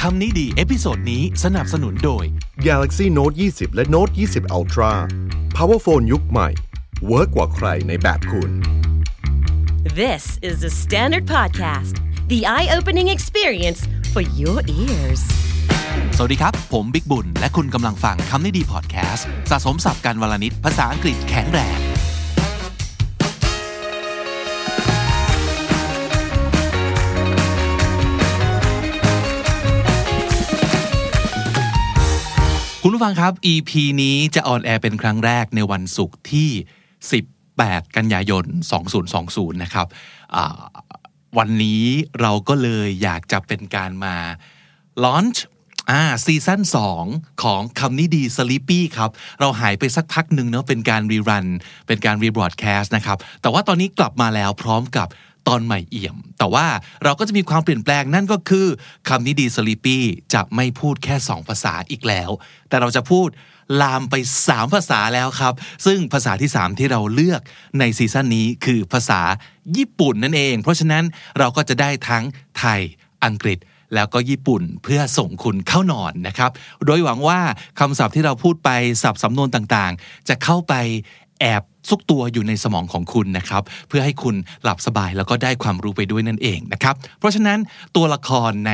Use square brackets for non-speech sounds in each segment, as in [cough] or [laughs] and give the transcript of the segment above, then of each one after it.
คำนี้ดีเอพิโซดนี้สนับสนุนโดย Galaxy Note 20 และ Note 20 Ultra Power Phone ยุคใหม่เวิร์กกว่าใครในแบบคุณ This is the Standard Podcast, the eye opening experience for your ears. สวัสดีครับ ผมบิ๊กบุญ และคุณกำลังฟังคำนี้ดีพอดแคสต์สะสมสับการวลนิดภาษาอังกฤษแข็งแรง คุณผู้ฟังครับ EP นี้จะออนแอร์เป็นครั้งแรกในวันศุกร์ที่ 18 กันยายน 2020 นะครับอ่าวันนี้เราก็เลยอยากจะเป็นการมา launch อ่าซีซั่น2 ของคำนี้ดี Sleepy ครับ เราหายไปสักพักหนึ่งเนาะเป็นการรีรัน เป็นการรีบรอดแคสต์นะครับ แต่ว่าตอนนี้กลับมาแล้วพร้อมกับตอนใหม่เอี่ยม แต่ว่าเราก็จะมีความเปลี่ยนแปลงนั่นก็คือคำนี้ดี Sleepy จะไม่พูดแค่ 2 ภาษาอีกแล้ว แต่เราจะพูดลามไป 3 ภาษาแล้วครับ ซึ่งภาษาที่ 3 ที่เราเลือกในซีซั่นนี้คือภาษาญี่ปุ่นนั่นเอง เพราะฉะนั้นเราก็จะได้ทั้งไทยอังกฤษ แล้วก็ญี่ปุ่นเพื่อส่งคุณเข้านอนนะครับ โดยหวังว่าคำศัพท์ที่เราพูดไปศัพท์สำนวนต่างๆ จะเข้าไปแอบซุกตัวอยู่ในสมองของคุณนะครับ เพื่อให้คุณหลับสบายแล้วก็ได้ความรู้ไปด้วยนั่นเองนะครับ เพราะฉะนั้นตัวละครใน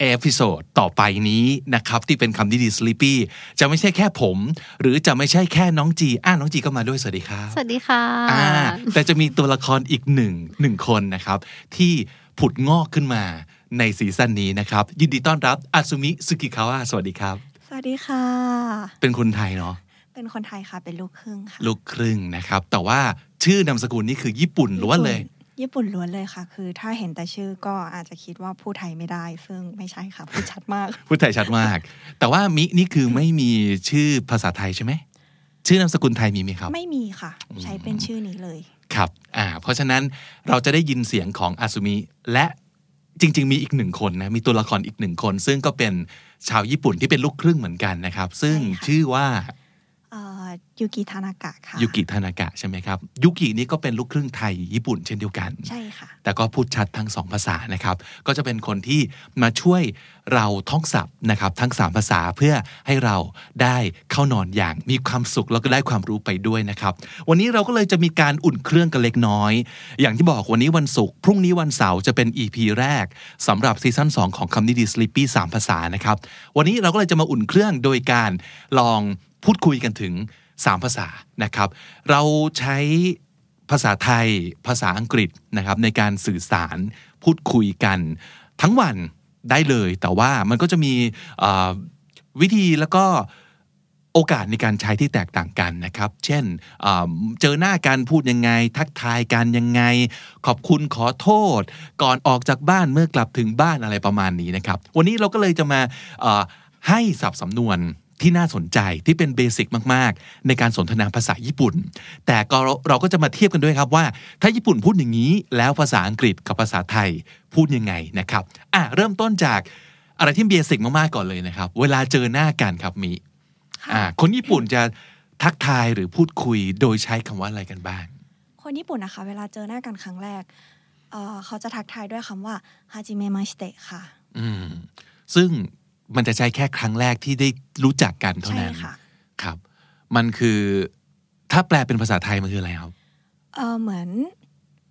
เอพิโซดต่อไปนี้นะครับ ที่เป็นคำดีดี Sleepy จะไม่ใช่แค่ผม หรือจะไม่ใช่แค่น้องจีอ่าน้องจีก็มาด้วยสวัสดีครับ สวัสดีค่ะ อ่าแต่จะมีตัวละครอีกหนึ่งหนึ่งคนนะครับ ที่ผุดงอกขึ้นมาในซีซั่นนี้นะครับ ยินดีต้อนรับอาซุมิสุกิคาวะสวัสดีครับ สวัสดีค่ะ เป็นคนไทยเนาะ เป็นคนไทยค่ะ เป็นลูกครึ่งค่ะ ลูกครึ่งนะครับ แต่ว่าชื่อนามสกุลนี่คือญี่ปุ่นล้วนเลย ญี่ปุ่นล้วนเลยค่ะ คือถ้าเห็นแต่ชื่อก็อาจจะคิดว่าพูดไทยไม่ได้ ซึ่งไม่ใช่ค่ะ พูดชัดมาก พูดไทยชัดมาก แต่ว่ามินี่คือไม่มีชื่อภาษาไทยใช่ไหม ชื่อนามสกุลไทยมีไหมครับ ไม่มีค่ะ ใช้เป็นชื่อนี้เลย ครับ อ่า เพราะฉะนั้นเราจะได้ยินเสียงของอาซุมิและจริง ๆ มีอีกหนึ่งคนนะ มีตัวละครอีกหนึ่งคน ซึ่งก็เป็นชาวญี่ปุ่นที่เป็นลูกครึ่งเหมือนกันนะครับ ซึ่ง ใช่ค่ะ ชื่อว่า เอ่อยูกิทานากะค่ะ ยุกิทานากะใช่ไหมครับ ยุกินี่ก็เป็นลูกครึ่งไทยญี่ปุ่นเช่นเดียวกัน ใช่ค่ะ แต่ก็พูดชัดทั้งสองภาษานะครับ ก็จะเป็นคนที่มาช่วยเราท่องศัพท์นะครับ ทั้งสามภาษาเพื่อให้เราได้เข้านอนอย่างมีความสุขแล้วก็ได้ความรู้ไปด้วยนะครับ วันนี้เราก็เลยจะมีการอุ่นเครื่องกันเล็กน้อย อย่างที่บอกวันนี้วันศุกร์พรุ่งนี้วันเสาร์จะเป็น EP แรกสำหรับซีซั่น2 ของคำนิดี Sleepy สามภาษานะครับ วันนี้เราก็เลยจะมาอุ่นเครื่องโดยการลองพูดคุยกันถึงสามภาษานะครับ เราใช้ ภาษาไทยภาษาอังกฤษนะครับในการสื่อสารพูดคุยกัน ทั้งวันได้เลย แต่ว่ามันก็จะมีเอ่อวิธีแล้วก็โอกาสในการใช้ที่แตกต่างกันนะครับ เช่นเอ่อเจอหน้ากันพูดยังไง ทักทายกันยังไง ขอบคุณขอโทษ ก่อนออกจากบ้านเมื่อกลับถึงบ้านอะไรประมาณนี้นะครับ วันนี้เราก็เลยจะมาเอ่อให้สับสำนวน ที่น่าสนใจที่เป็นเบสิกมาก ๆ ในการสนทนาภาษาญี่ปุ่น แต่ก็เราเราก็จะมาเทียบกันด้วยครับว่า ถ้าญี่ปุ่นพูดอย่างนี้ แล้วภาษาอังกฤษกับภาษาไทยพูดยังไงนะครับอ่ะเริ่มต้นจากอะไรที่เบสิกมาก ๆ ก่อนเลยนะครับ เวลาเจอหน้ากันครับมีอ่าคนญี่ปุ่นจะทักทายหรือพูดคุยโดยใช้คำว่าอะไรกันบ้าง คนญี่ปุ่นนะคะ เวลาเจอหน้ากันครั้งแรกเอ่อเขาจะทักทายด้วยคำว่าฮาจิเมมาชิเตะค่ะ อืมซึ่งมันจะใช้แค่ครั้งแรกที่ได้รู้จักกันเท่า ใช่ นั้น ค่ะ ครับ มันคือถ้าแปลเป็นภาษาไทยมันคืออะไรครับ เอ่อเหมือน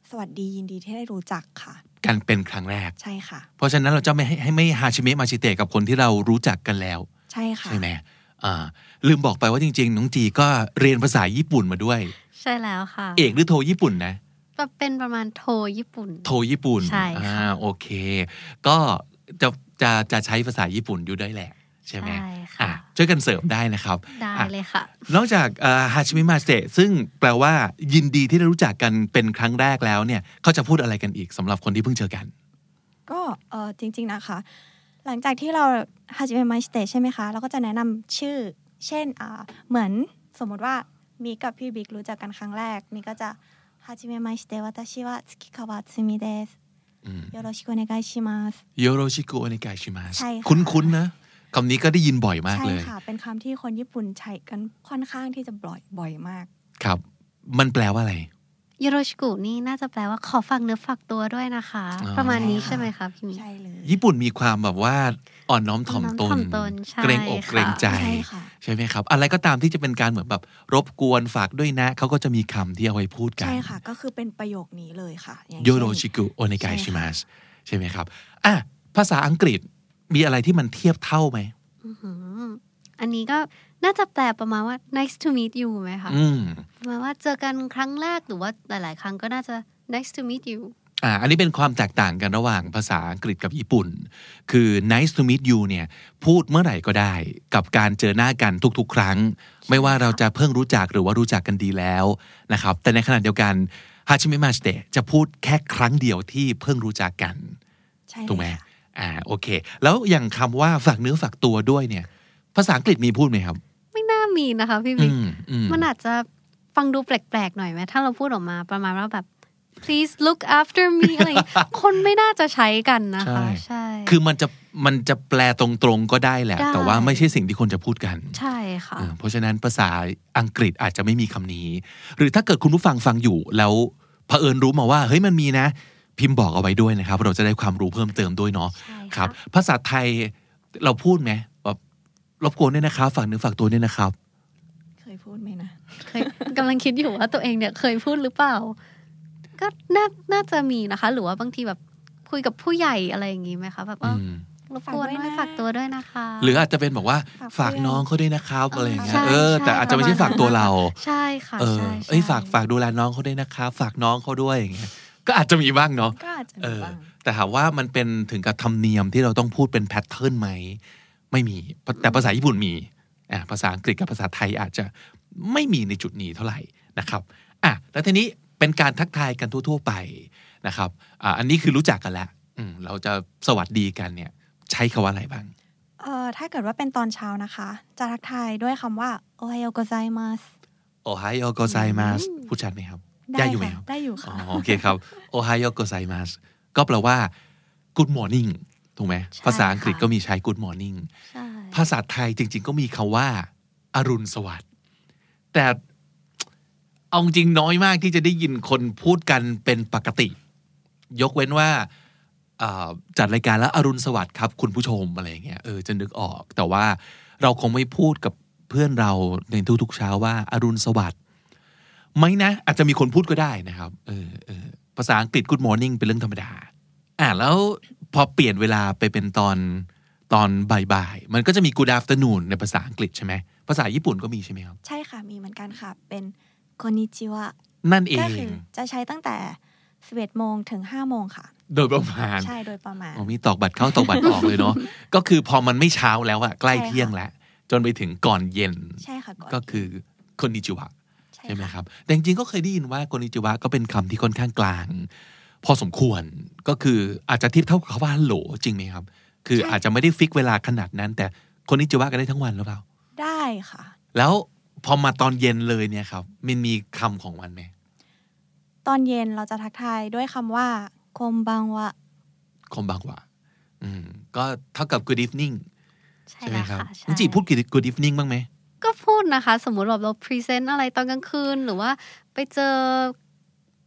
สวัสดียินดีที่ได้รู้จักค่ะ การเป็นครั้งแรก ใช่ค่ะ เพราะฉะนั้นเราจะไม่ให้ให้ไม่ฮาชิเมะมาชิเตะกับคนที่เรารู้จักกันแล้ว ใช่ค่ะ ใช่ไหมอ่าลืมบอกไปว่าจริง ๆ น้องจีก็เรียนภาษาญี่ปุ่นมาด้วย ใช่แล้วค่ะ เอกหรือโทญี่ปุ่นนะ แบบเป็นประมาณโทญี่ปุ่น โทญี่ปุ่น ใช่ค่ะ อ่าโอเค ก็จะจะจะใช้ภาษาญี่ปุ่นอยู่ด้วยแหละ ใช่ไหม ใช่ค่ะ อ่ะช่วยกันเสริมได้นะครับ ได้เลยค่ะ นอกจากฮาชิเมะมาชิเตะซึ่งแปลว่ายินดีที่ได้รู้จักกันเป็นครั้งแรกแล้วเนี่ยเขาจะพูดอะไรกันอีกสำหรับคนที่เพิ่งเจอกัน ก็เออจริง ๆ นะคะ หลังจากที่เราฮาจิเมะมาสเตใช่ไหมคะเราก็จะแนะนำชื่อ เช่นอ่าเหมือนสมมุติว่ามีกับพี่บิ๊กรู้จักกันครั้งแรก มีก็จะฮาจิเมะมาสเตวัตชิวะสุกิคาวะซึมิเดส อืม โยโรชิโกเนกายชิมัส โยโรชิกุโอเนกายชิมัส ใช่ค่ะ คุ้นๆนะคำนี้ก็ได้ยินบ่อยมาก ใช่ เลย ค่ะ เป็นคำที่คนญี่ปุ่นใช้กันค่อนข้างที่จะบ่อยบ่อยมาก ครับ มันแปลว่าอะไร ยูโรชิกุนี่น่าจะแปลว่าขอฟังเนื้อฝากตัวด้วยนะคะ อ๋อ ประมาณนี้ใช่ไหมคะพี่หมี ใช่เลย ญี่ปุ่นมีความแบบว่าอ่อนน้อมถ่อมต อ่อน นน้อมถ่อมตนใช่ เกรงอก ค่ะ เกรงใจ ใช่ค่ะ ใช่ไหมครับ อะไรก็ตามที่จะเป็นการเหมือนแบบรบกวนฝากด้วยนะเขาก็จะมีคำที่เอาไว้พูดกัน ใช่ค่ะ ก็คือเป็นประโยคนี้เลยค่ะอาง โย เช่น โรชิกุโอเนกาย ใช่ชิค่ะมัสใช่ไหมครับอ่ะภาษาอังกฤษมีอะไรที่มันเทียบเท่าไหม อื้อหืออันนี้ก็น่าจะแปลประมาณว่า nice to meet you ไหมคะ อืม ประมาณว่าเจอกันครั้งแรกหรือว่าหลายๆ ครั้งก็น่าจะ nice to meet you อ่าอันนี้เป็นความแตกต่างกันระหว่างภาษาอังกฤษกับญี่ปุ่น คือ nice to meet you เนี่ยพูดเมื่อไหร่ก็ได้ กับการเจอหน้ากันทุกๆ ครั้ง ไม่ว่าเราจะเพิ่งรู้จักหรือว่ารู้จักกันดีแล้วนะครับแต่ในขณะเดียวกันฮาชิเมะมาสเตะจะพูดแค่ครั้งเดียวที่เพิ่งรู้จักกัน ใช่เลย ถูกไหม ค่ะ อ่า โอเค แล้วอย่างคำว่าฝากเนื้อฝากตัวด้วยเนี่ย ภาษาอังกฤษมีพูดไหมครับ ไม่น่ามีนะคะพี่ห อื มี มอืม มันอาจจะฟังดูแปลกๆหน่อยไหมถ้าเราพูดออกมาประมาณว่าแบบ please look after me อะไรอย่างเงี้ [laughs] ยคนไม่น่าจะใช้กันนะคะ ใช่ คือมันจะ มันจะแปลตรงๆก็ได้แหละ ได้ แต่ว่าไม่ใช่สิ่งที่คนจะพูดกัน ใช่ค่ะ อ่าเพราะฉะนั้นภาษาอังกฤษอาจจะไม่มีคำนี้ หรือถ้าเกิดคุณผู้ฟังฟังอยู่ แล้วเผอิญรู้มาว่า เฮ้ย มันมีนะ พิมพ์บอกเอาไว้ด้วยนะครับ เราจะได้ความรู้เพิ่มเติมด้วยเนาะ ใช่ะ ครับ ภาษาไทยเราพูดไหมแบบรบกวนด้วยนะครับ ฝากเนื้อฝากตัวด้วยนะครับ เคยพูดไหมนะ เคยกำลังคิดอยู่ว่าตัวเองเนี่ยเคยพูดหรือเปล่า ก็น่าน่าจะมีนะคะ หรือว่าบางทีแบบคุยกับผู้ใหญ่อะไรอย่างงี้ไหมคะ แบบ อื ว่าม รบกวนด้วย ฝา ฝาก ก ด้ ตัว วย นะ ด้วยนะคะ หรืออาจจะเป็นบอกว่าฝา ฝาก กเพื่อน น้องเขาด้วยนะครับอะไรอย่างเงี้ย ใช่ เออ แต่ ใช่ อาจจะไม่ใช่ ประมาณ ฝากตัวเรา ใช่ค่ะ เออ ใช่ เอ้ย ใช่ ฝากฝากดูแลน้องเขาด้วยนะครับฝากน้องเขาด้วยอย่างเงี้ยก็อาจจะมีบ้างเนาะ ก็อาจจะ เอ มี อ บ้าง แต่ถามว่ามันเป็นถึงกับธรรมเนียมที่เราต้องพูดเป็นแพทเทิร์นไหมไม่มีแต่ภาษาญี่ปุ่นมีอ่ะภาษาอังกฤษกับภาษาไทยอาจจะไม่มีในจุดนี้เท่าไหร่นะครับอ่ะแล้วทีนี้เป็นการทักทายกันทั่ว ๆ ไปนะครับอ่ะอันนี้คือรู้จักกันแล้วอืมเราจะสวัสดีกันเนี่ย ใช้คำว่าอะไรบ้าง เออถ้าเกิดว่าเป็นตอนเช้านะคะ จะทักทายด้วยคำว่าโอไฮโอโกไซมัส โอไฮโอโกไซมัสพูดชัดไหมครับ ได้อยู่ไหมครับ ได้อยู่ อ๋อ [laughs] ค่ะ โอเคครับโอไฮโอโกไซมัสก็แปลว่า good morning ถูกไหม ใช่ ภาษาอังกฤษ ค่ะ ก็มีใช้ good morning ใช่ ภาษาไทยจริง ๆ ก็มีคำว่า อรุณสวัสดิ์แต่เอาจริงน้อยมากที่จะได้ยินคนพูดกันเป็นปกติ ยกเว้นว่าเอ่อจัดรายการแล้วอรุณสวัสดิ์ครับ คุณผู้ชมอะไรอย่างเงี้ยเออจะนึกออก แต่ว่าเราคงไม่พูดกับเพื่อนเราในทุกๆเช้าว่าอรุณสวัสดิ์ไหมนะ อาจจะมีคนพูดก็ได้นะครับเออเออภาษาอังกฤษ Good Morning เป็นเรื่องธรรมดา อ่ะแล้วพอเปลี่ยนเวลาไปเป็นตอนตอนบ่ายๆ มันก็จะมี Good Afternoon ในภาษาอังกฤษใช่ไหมภาษาญี่ปุ่นก็มีใช่ไหมครับ ใช่ค่ะมีเหมือนกันค่ะ เป็นโคนิจิวะ นั่นเอ ก็ ง คือจะใช้ตั้งแต่ 11โมงถึง5โมงค่ะ โดยประมาณ ใช่โดยประมาณ อ๋อมีตอกบัตรเข้าตอกบัตรออกเลยเนาะ [laughs] ก็คือพอมันไม่เช้าแล้วอะใกล้เที่ยงแล้ว จนไปถึงก่อนเย็น ใช่ค่ะอน ก็คือคอนนิจิวะ ใช่ ใช่ไหม ค่ะ ครับแต่จริงๆก็เคยได้ยินว่าคอนนิจิวะก็เป็นคำที่ค่อนข้างกลาง พอสมควรก็คืออาจจะเทียบเท่ากับคำว่าฮัลโหลจริงไหมครับ คือ ใช่ อาจจะไม่ได้ฟิกเวลาขนาดนั้น แต่คอนนิจิวะกันได้ทั้งวันหรือเปล่า ได้ค่ะ แล้วพอมาตอนเย็นเลยเนี่ยครับมันมีคำของมันไหม ตอนเย็นเราจะทักทายด้วยคำว่าคมบังวะ คมบางหว่าอืมก็เท่ากับ good evening ใช่ ใช่ไหม แล้ว ครับ ค่ะ คุณจีพูด good- good evening บ้างไหม ก็พูดนะคะ สมมุติแบบเราพรีเซนต์อะไรตอนกลางคืน หรือว่าไปเจอ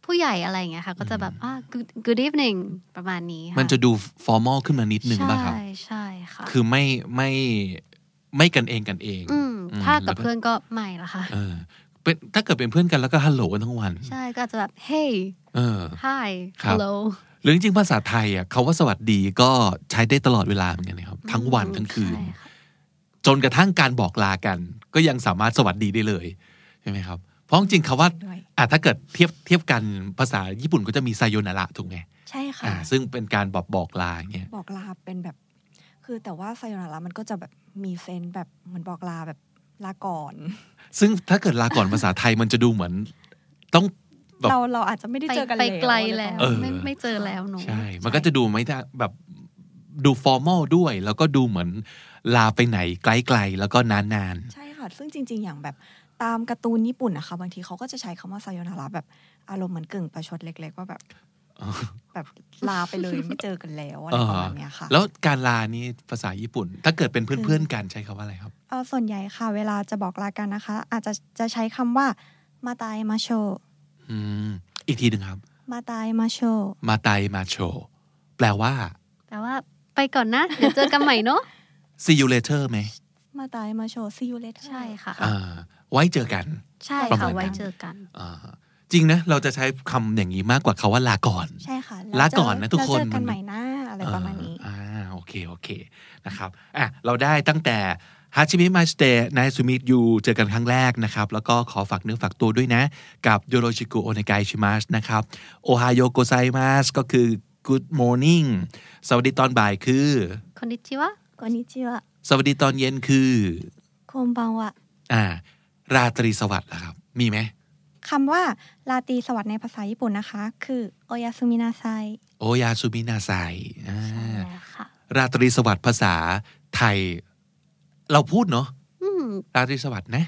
ผู้ใหญ่อะไรอย่างเงี้ยค่ะ ก็จะแบบอ่า good good evening ประมาณนี้ค่ มันจะดู formal ขึ้นมานิดนึงป่ะครับ ใช่ใช่ค่ะ คือไม่ไม่ไม่กันเองกันเอง อืม อืม ถ้ากับ แล้ว เพื่อนก็ไม่ละค่ะ เออเป็นถ้าเกิดเป็นเพื่อนกันแล้วก็ฮัลโหลกันทั้งวัน ใช่ก็จะแบบ hey เออ hi ครับ hello หรือจริงๆภาษาไทยอ่ะคาว่าสวัสดีก็ใช้ได้ตลอดเวลาเหมือนกันนะครับ ทั้งวันทั้งคืน ใช่ะ จนกระทั่งการบอกลากัน ก็ยังสามารถสวัสดีได้เลยใช่ไหมครับ เพราะจริงๆคำว่า ด้วย อ่ะถ้าเกิดเทียบเทียบกันภาษาญี่ปุ่นก็จะมีไซโยนาระถูกไหม ใช่ค่ะ อ่าซึ่งเป็นการบอกบอกลาอย่างเงี้ย บอกลาเป็นแบบ คือแต่ว่าไซโยนาระมันก็จะแบบมีเซนส์แบบเหมือนบอกลาแบบลาก่อน ซึ่งถ้าเกิดลาก่อนภาษาไทยมันจะดูเหมือน ต้อง แบบ เราเราอาจจะไม่ได้ ไป เจอกัน ไป แล้ว ไกลแล้ว อะไรประมาณ ไม่เอนั้นอ ไม่เจอแล้วหนู ใช่ มันก็จะดูไม่ได้แบบดูฟอร์มอลด้วย แล้วก็ดูเหมือนลาไปไหนไกลๆแล้วก็นาน ใช่ค่ะ ซึ่งจริง ๆ อย่างแบบตามการ์ตูนญี่ปุ่นนะคะบางทีเขาก็จะใช้คำว่าไซโยนาระแบบอารมณ์เหมือนกึ่งประชดเล็ก ๆ ว่าแบบ แบบลาไปเลยไม่เจอกันแล้ว ๆ อะ เอ ไรประ อ มาณเนี้ยค่ะ แล้วการลานี้ภาษาญี่ปุ่น ถ้าเกิดเป็นเพื่อนๆกันใช้คำว่าอะไรครับ เอ่อส่วนใหญ่ค่ะ เวลาจะบอกลากันนะคะ อาจจะจะใช้คำว่ามาตายมาโช อืม อีกทีหนึ่งครับ มาตายมาโช มาไตมาโช แปลว่า แปลว่าไปก่อนนะ เดี๋ยวเจอกันใหม่เนาะ see you later ไหม มาตายมาโชซีอูเลเทอ ใช่ค่ะ อ่าไว้เจอกัน ใช่ ประมาณค่ะนั้น ไว้เจอกัน อ่าจริงนะ เราจะใช้คำอย่างนี้มากกว่าคาว่าลาก่อน ใช่ค่ะ ลาก่อนนะทุกคน แล้วเจอกันใหม่หน้าอะไรประมาณนี้ อ่าอ่าโอเค โอเค นะครับอ่ะเราได้ตั้งแต่ฮาชิมิมาสเตย์นายซูมิ y ยูเจอกันครั้งแรกนะครับ แล้วก็ขอฝากเนื้อฝากตัวด้วยนะ กับโยโรชิกุโอเนกายชิมัสนะครับโอไฮโยโกไซมัสก็คือ good morning สวัสดีตอนบ่ายคือ คนนิชิวะ こんにちは สวัสดีตอนเย็นคือ こんばんは อ่าราตรีสวัสดิ์ล่ะครับ มีไหม คำว่าลาตรีสวัสดในภาษาญี่ปุ่นนะคะ คือโอยาสุมินาไซ โอยาซูมินาไซอ่า แล้วค่ะ ราตรีสวัสดิ์ภาษาไทย เราพูดเนาะ อืม ราตรีสวัสดิ์นะ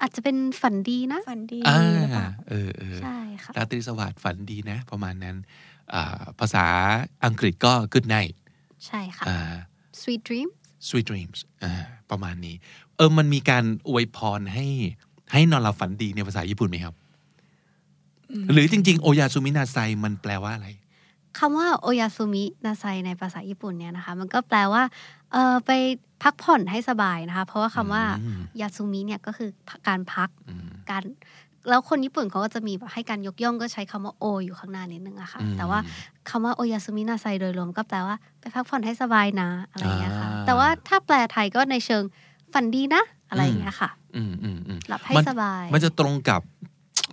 อาจจะเป็นฝันดีนะ ฟันดี อ่า หรือเปล่า เออเออ ใช่ค่ะ ราตรีสวัสดิ์ฝันดีนะ ประมาณนั้นอ่าภาษาอังกฤษก็ good night ใช่ค่ะ อ่า sweet dream sweet dreams อ่าประมาณนี้ เออมันมีการอวยพรให้ ให้นอนหลับฝันดีในภาษาญี่ปุ่นไหมครับ หรือจริง ๆ โอยาซูมินาไซมันแปลว่าอะไร คำว่าโอยาซูมินาไซในภาษาญี่ปุ่นเนี่ยนะคะ มันก็แปลว่าเออไปพักผ่อนให้สบายนะคะ เพราะว่าคำว่า อืม ยาซูมิเนี่ยก็คือการพัก อืม การแล้วคนญี่ปุ่นเขาก็จะมีแบบให้การยกย่องก็ใช้คำว่าโออยู่ข้างหน้านิดนึงอะค่ะ อืม แต่ว่าคำว่าโอยาซูมินาไซโดยรวมก็แปลว่าไปพักผ่อนให้สบายนะอะไรอย่างเงี้ยค่ะ อ่า แต่ว่าถ้าแปลไทยก็ในเชิงฝันดีนะ อะไรอย่างเงี้ยค่ะ อืมอืมอืม หลับให้สบาย มันจะตรงกับ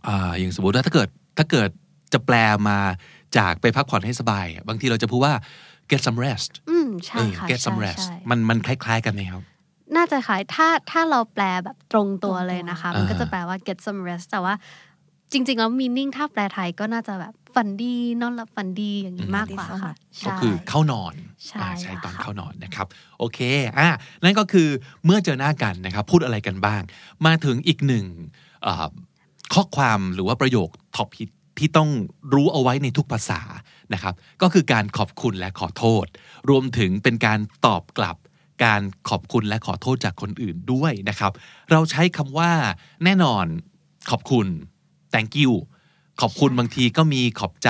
อ่าอย่างสมมติว่าถ้าเกิดถ้าเกิดจะแปลมาจากไปพักผ่อนให้สบายอะบางทีเราจะพูดว่า get some rest อืม เอ ใช่ อ ค่ะ get ใช่ some rest ใช่ มันมันคล้าย ๆ กันไหมครับ น่าจะขายถ้าถ้าเราแปลแบบตรงตัวเลยนะคะ ตรงตัว มันก็ อ่า จะแปลว่า get some rest แต่ว่าจริง ๆ แล้วมีนิ่งถ้าแปลไทยก็น่าจะแบบฝันดีนอนหลับฝันดีอย่างนี้มากกว่าค่ะ ก็ ใช่ คือเข้านอน ใช่ อ่าใช่ ค่ะ ตอนเข้านอนนะครับ โอเคอ่ะนั่นก็คือเมื่อเจอหน้ากันนะครับ พูดอะไรกันบ้าง มาถึงอีกหนึ่งเอ่อข้อความหรือว่าประโยคท็อปฮิตที่ต้องรู้เอาไว้ในทุกภาษานะครับ ก็คือการขอบคุณและขอโทษ รวมถึงเป็นการตอบกลับ การขอบคุณและขอโทษจากคนอื่นด้วยนะครับ เราใช้คำว่าแน่นอนขอบคุณ thank you ขอบคุณบางทีก็มีขอบใจ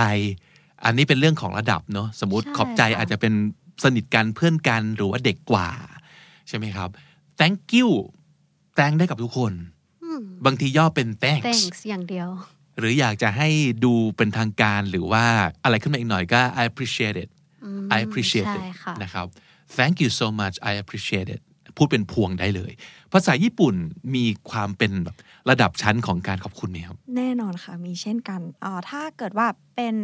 อันนี้เป็นเรื่องของระดับเนาะสมมติ ใช่ ขอบใจ ค่ะ อาจจะเป็นสนิทกันเพื่อนกันหรือว่าเด็กกว่า ใช่ไหมครับ thank you thank ได้กับทุกคน อืม บางทีย่อเป็น thanks, thanks อย่างเดียว หรืออยากจะให้ดูเป็นทางการหรือว่าอะไรขึ้นมาอีกหน่อยก็ I appreciate it อืม I appreciate it ใช่ค่ะ นะครับ Thank you so much I appreciate it พูดเป็นพวงได้เลย ภาษาญี่ปุ่นมีความเป็นแบบระดับชั้นของการขอบคุณไหมครับ แน่นอนค่ะ มีเช่นกันเอ่อถ้าเกิดว่าเป็น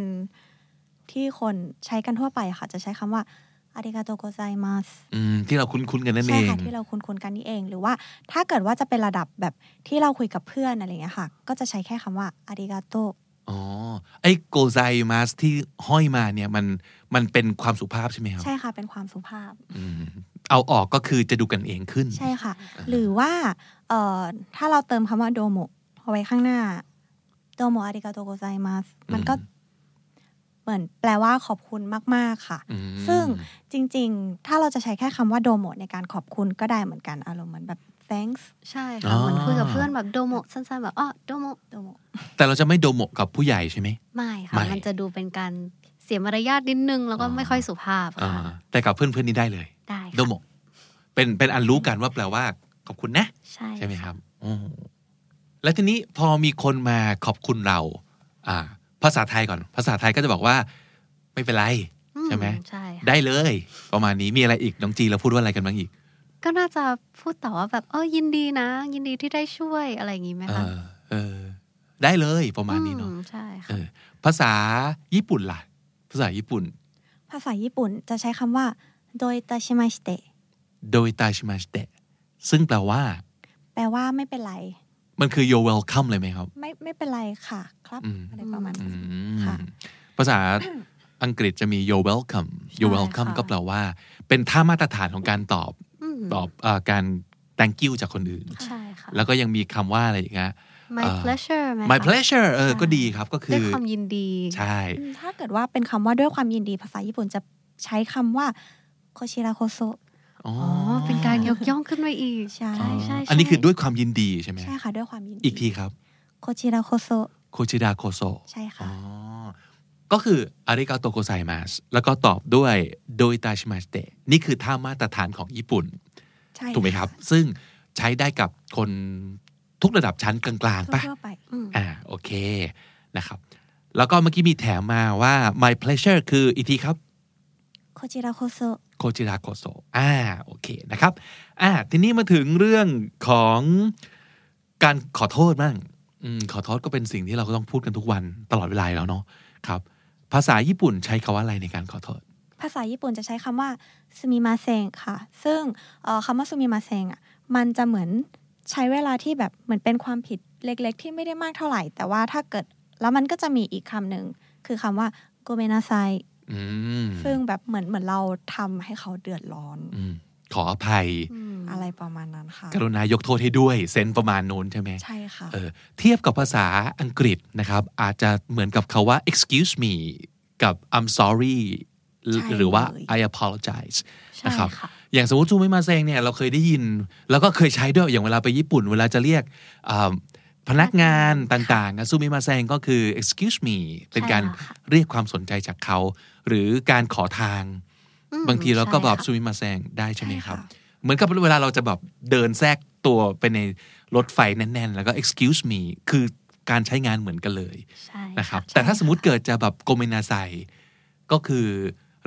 ที่คนใช้กันทั่วไปค่ะ จะใช้คำว่าอาริกาโตโกไซมัส อืมที่เราคุ้นๆกันนั่นเอ ใช่ ง ค่ะที่เราคุ้นๆกันนี่เอง หรือว่าถ้าเกิดว่าจะเป็นระดับแบบที่เราคุยกับเพื่อนอะไรอย่างเงี้ยค่ะ ก็จะใช้แค่คำว่าอาริกาโต อ๋อ ไอ้โกไซมาสที่ห้อยมาเนี่ยมันมันเป็นความสุภาพใช่ไหมครับ ใช่ค่ะเป็นความสุภาพ อืมเอาออกก็คือจะดูกันเองขึ้น ใช่ค่ะ หรือว่าเอ่อถ้าเราเติมคำว่าโดโมะเอาไว้ข้างหน้าโดโมอาริกาโตโกไซมัสมันก็เหมือนแปลว่าขอบคุณมากๆค่ะ อืม ซึ่งจริงๆ ถ้าเราจะใช้แค่คำว่าโดโมะในการขอบคุณก็ได้เหมือนกันอารมณ์เหมือนแบบ thanks ใช่ อ๋ ค่ะ อ เหมือนคุยกับเพื่อนแบบโดโมะสั้นๆ แบบอ๋อโดโมะ โดโมะ แต่เราจะไม่โดโมะกับผู้ใหญ่ใช่ไหม ไม่ค่ะ ไม่ มันจะดูเป็นการเสียมารยาทนิดนึง แล้วก็ อ๋อ ไม่ค่อยสุภาพ อ่า ค่ะ แต่กับเพื่อนๆนี่ได้เลย ได้ โด ค่ะ โมะเป็นเป็นอันรู้กันว่าแปลว่าขอบคุณนะ ใช่ ใช่ไหมครับอืมแล้วทีนี้พอมีคนมาขอบคุณเรา อ่า ภาษาไทยก่อน ภาษาไทยก็จะบอกว่า ไม่เป็นไร อื ใช่ไหม ใช่ค่ะ ได้เลย ประมาณนี้มีอะไรอีกน้องจีเราพูดว่าอะไรกันบ้างอีก ก็น่าจะพูดต่อว่าแบบเออยินดีนะ ยินดีที่ได้ช่วยอะไรอย่างงี้ไหม เอ คะ อเออ ได้เลยประมาณนี้เนาะ อืใช่ เอ ค่ะ อ ภาษาญี่ปุ่นล่ะ ภาษาญี่ปุ่น ภาษาญี่ปุ่นจะใช้คำว่าโดยตาชิมาสเต โดยตาชิมาสเตะซึ่งแปลว่า แปลว่าไม่เป็นไร มันคือ you're welcome เลยไหมครับ ไม่ไม่เป็นไรค่ะ ครับ อืม อะไรประมาณ อื นี้ ม ค่ะ ภาษาอังกฤษจะมี you're welcome you're welcome ก็แปลว่า เป็นท่ามาตรฐานของการตอบ อืม ตอบเออการ thank you จากคนอื่น ใช่ค่ะ แล้วก็ยังมีคำว่าอะไรอีกนะ my เอ่อ pleasure ไหมคะ my pleasure เออ ใช่ ก็ดีครับ ก็คื ด้วย อ ความยินดี ใช่ อืมถ้าเกิดว่าเป็นคำว่าด้วยความยินดีภาษาญี่ปุ่นจะใช้คำว่าโคชิราโคโซ อ๋อออ๋อเป็นการยกย่องขึ้นมาอีก ใช่ ใช่ใช่ อันนี้คือด้วยความยินดีใช่ไหม ใช่ค่ะ ด้วยความยินดี อีกทีครับ โคชิราโคโซ โคชิดาโคโซ ใช่ อ๋ ค่ะ อ ก็คืออาริกาโตโกไซมาสแล้วก็ตอบด้วยโดยตาชิมาสเตะนี่คือท่ามาตรฐานของญี่ปุ่น ใช่ ถูกไหมครับ ซึ่งใช้ได้กับคนทุกระดับชั้นกลางๆปะ ทั่วๆไป อืม อ่าโอเคนะครับ แล้วก็เมื่อกี้มีแถมมาว่า my pleasure คืออีกทีครับ こちらこそ โคจิราโคโซอ่าโอเคนะครับอ่าทีนี้มาถึงเรื่องของการขอโทษบ้างอืมขอโทษก็เป็นสิ่งที่เราก็ต้องพูดกันทุกวันตลอดเวลาอยู่แล้วเนาะครับ ภาษาญี่ปุ่นใช้คาว่าอะไรในการขอโทษ ภาษาญี่ปุ่นจะใช้คำว่าซูมิมาเซงค่ะ ซึ่งเอ่อคำว่าซูมิมาเซงอ่ะมันจะเหมือนใช้เวลาที่แบบเหมือนเป็นความผิดเล็กๆ ที่ไม่ได้มากเท่าไหร่ แต่ว่าถ้าเกิดแล้วมันก็จะมีอีกคำหนึ่งคือคำว่าโกเมนาไซ อืม ซึ่งแบบเหมือนเหมือนเราทำให้เขาเดือดร้อน อืมขออภัย อะไรประมาณนั้นค่ะ กรุณายกโทษให้ด้วย เซนประมาณโน้นใช่ไหม ใช่ค่ะ เออเทียบกับภาษาอังกฤษนะครับ อาจจะเหมือนกับคาว่า excuse me กับ I'm sorry หรือ ใช่ หรือว่า เลย I apologize ใช่ นะครับ ค่ะ อย่างสมมติซูไม่มาเซงเนี่ยเราเคยได้ยิน แล้วก็เคยใช้ด้วยอย่างเวลาไปญี่ปุ่น เวลาจะเรียกอ่าพนักงานต่างๆซูมิมาเซงก็คือ excuse me เป็นการ แล้วค่ะ เรียกความสนใจจากเขา หรือการขอทาง อืม บางทีเราก็ ใช่ แบบ ค่ะ ซูมิมาแซงได้ใช่ไหมครับ ใช่ค่ เหมือนกับเวลาเราจะแบบเดินแทรกตัวไปในรถไฟแน่น ๆ แล้วก็ excuse me คือการใช้งานเหมือนกันเลย ใช่ นะครับ ใช่ แต่ถ้าสมมติเกิดจะแบบโกเมนาไซก็คือ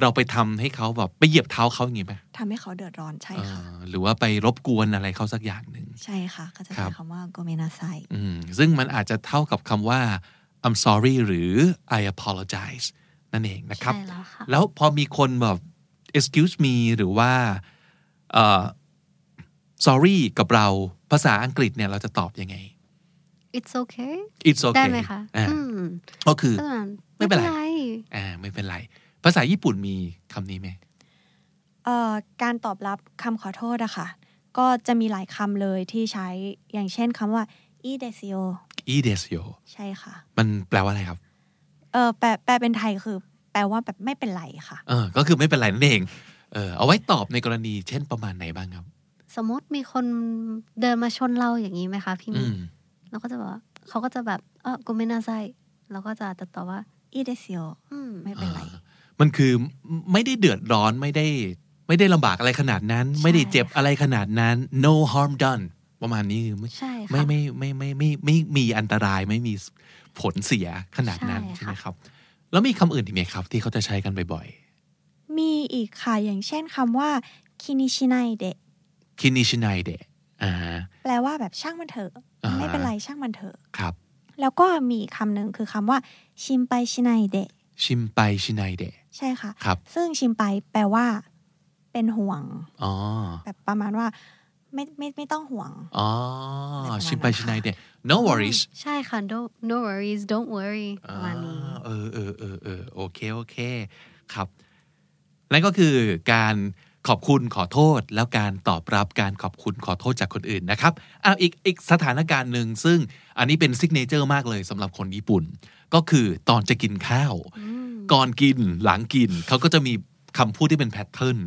เราไปทำให้เขาแบบไปเหยียบเท้าเขาอย่างนี้ไหม ทำให้เขาเดือดร้อนใช่ เอ ค่ะ อหรือว่าไปรบกวนอะไรเขาสักอย่างหนึ่ง ใช่ค่ะ ก็จะ ครั ใช้ บ คำว่าโกเมนาไซ อืมซึ่งมันอาจจะเท่ากับคำว่า I'm sorry หรือ I apologize นั่นเองนะครับ ใช่แล้วค่ะ แล้วพอมีคนแบบ excuse me หรือว่าเอ่อ sorry กับเราภาษาอังกฤษเนี่ยเราจะตอบยังไง it's okay it's okay ได้ไหมคะ อ่า อืม ก็คือ ก็แบบ ไม่เป็นไร อ่าไม่เป็นไร ภาษาญี่ปุ่นมีคำนี้ไหม เอ่อการตอบรับคำขอโทษอะค่ะ ก็จะมีหลายคำเลยที่ใช้อย่างเช่นคำว่าอีเดซิโอ i d e s y o ใช่ค่ะ มันแปลว่าอะไรครับ เออแปลแปลเป็นไทยคือ แปลว่าแบบไม่เป็นไรค่ะ เออ ก็คือไม่เป็นไรนั่นเอง เออ เอาไว้ตอบในกรณีเช่นประมาณไหนบ้างครับ สมมติมีคนเดินมาชนเราอย่างนี้ไหมคะพี่ อื มี ม เราก็จะบอกว่าเขาก็จะแบบเออกูไม่น่าใจเราก็จะตอบว่า อีเดซิโอ อืม ไม่เป็นไร อ่า มันคือไม่ได้เดือดร้อนไม่ได้ไม่ได้ลำบากอะไรขนาดนั้น ไม่ได้เจ็บอะไรขนาดนั้น no harm done ประมาณนี้คือไม่ ใช่ค่ะ ไม่ไม่ไม่ไม่ไม่ไม่ไม่มีอันตรายไม่มีผลเสียขนาดนั้น ใช่ ใช่ ค่ะ ไหมครับ แล้วมีคำอื่นอีกไหมครับ ที่เขาจะใช้กันบ่อย มีอีกค่ะ อย่างเช่นคำว่าคินิชิไนเดะ ๆคินิชินายเดะอ่าฮะ แปลว่าแบบช่างมันเถอะ อ่า ไม่เป็นไรช่างมันเถอะ ครับ แล้วก็มีอีกคำหนึ่งคือคำว่า ชิมไปชิไนเดะ ชิมไปชินายเดะ ใช่ค่ะ ครับ ซึ่งชิมไปแปลว่า เป็นห่วง อ๋อ แบบประมาณว่า ไม่ไม่ไม่ต้องห่วง อ๋อชิมไปชินายเดะ no worries ใช่ค่ะ don't no worries don't worry ประมาณนี้ อ่าเออเออเออเออโอเค โอเค ครับ นั่นก็คือการขอบคุณขอโทษ แล้วการตอบรับการขอบคุณขอโทษจากคนอื่นนะครับอ้าวอีกอีกสถานการณ์หนึ่งซึ่งอันนี้เป็นซิกเนเจอร์มากเลยสำหรับคนญี่ปุ่น ก็คือตอนจะกินข้าว ก่อนกินหลังกิน เขาก็จะมีคำพูดที่เป็นแพทเทิร์น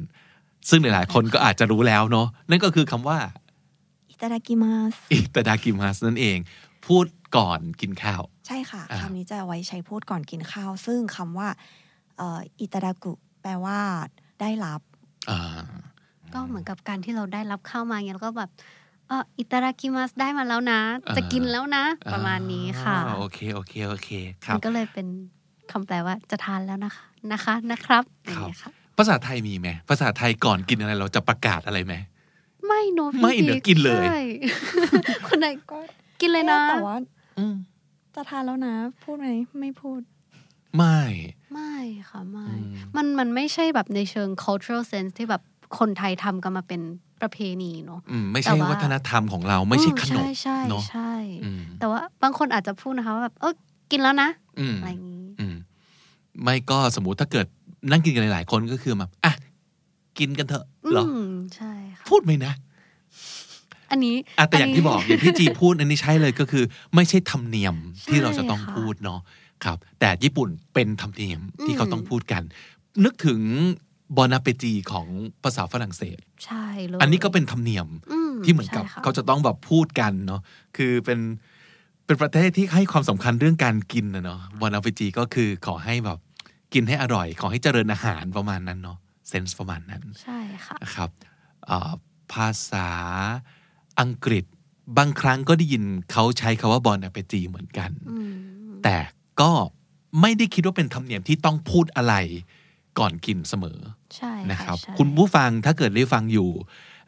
ซึ่งหลายๆ คนก็อาจจะรู้แล้วเนาะนั่นก็คือคำว่า อิตาดากิมาส อิตาดากิมัสนั่นเอง พูดก่อนกินข้าว ใช่ค่ะ อ่า คำนี้จะเอาไว้ใช้พูดก่อนกินข้าว ซึ่งคำว่าเอ่ออิตาดากุ แปลว่า ได้รับ อ่า ก็เหมือนกับการที่เราได้รับข้าวมาเนี่ยเราก็แบบเอออิตารากิมัสได้มาแล้วนะ อ่า จะกินแล้วนะ ประมาณนี้ค่ะ อ่าโอเค โอเค โอเค ครั มั บ นก็เลยเป็นคำแปลว่าจะทานแล้วนะคะ นะคะ นะครับอย่างเงี้ยค่ะ ภาษาไทยมีไหม ภาษาไทยก่อนกินอะไรเราจะประกาศอะไรไหม ไม่โนพี่ ไม่เดี๋ยวกินเลย ใช่ [laughs] คนไหนก็กินเลยนะ อ๊แต่ว่า อืม จะทานแล้วนะ พูดไหมไม่พูด ไม่ ไม่ค่ะ ไม่ อืม มันมันไม่ใช่แบบในเชิง cultural sense ที่แบบคนไทยทำกันมาเป็นประเพณีเนาะ อืมไม่ แต่ ใช่ ว่า วัฒนธรรมของเราไม่ใช่ อื ขนม ใช่ใช่ เนาะ ใช่ อืม แต่ว่าบางคนอาจจะพูดนะคะว่าแบบเออกินแล้วนะ อืม อะไรอย่างนี้ อืมไม่ก็สมมุติถ้าเกิดนั่งกินกันหลายๆคนก็คือแบบอ่ะกินกันเถอะ อื เหรอ มใช่ค่ะ พูดไหมนะ อันนี้ อ่ะแต่อย่าง นนี้ ที่บอก [laughs] อย่างที่จีพูดอันนี้ใช่เลยก็คือ ไม่ใช่ธรรมเนียมที่ ใช่ เราจะต้อง ค่ะ พูดเนาะครับ แต่ญี่ปุ่นเป็นธรรมเนียมที่เขา อืม ต้องพูดกัน นึกถึงบอนาเปจีของภาษาฝรั่งเศส ใช่เลย อันนี้ก็เป็นธรรมเนียม อื ที่เหมือนกับ ใช่ค่ะ เขาจะต้องแบบพูดกันเนาะคือเป็น เป็นประเทศที่ให้ความสำคัญเรื่องการกินนะเนาะวันอ p g ก็คือขอให้แบบกินให้อร่อย ขอให้เจริญอาหารประมาณนั้นเนาะเซนส์ประมาณนั้น ใช่ค่ะ นะครับเอ่อภาษาอังกฤษบางครั้งก็ได้ยินเขาใช้คาว่าบอลอเปจีเหมือนกัน อืม แต่ก็ไม่ได้คิดว่าเป็นธรรมเนียมที่ต้องพูดอะไรก่อนกินเสมอ ใช่ นะครับ ใช่ คุณผู้ฟังถ้าเกิดได้ฟังอยู่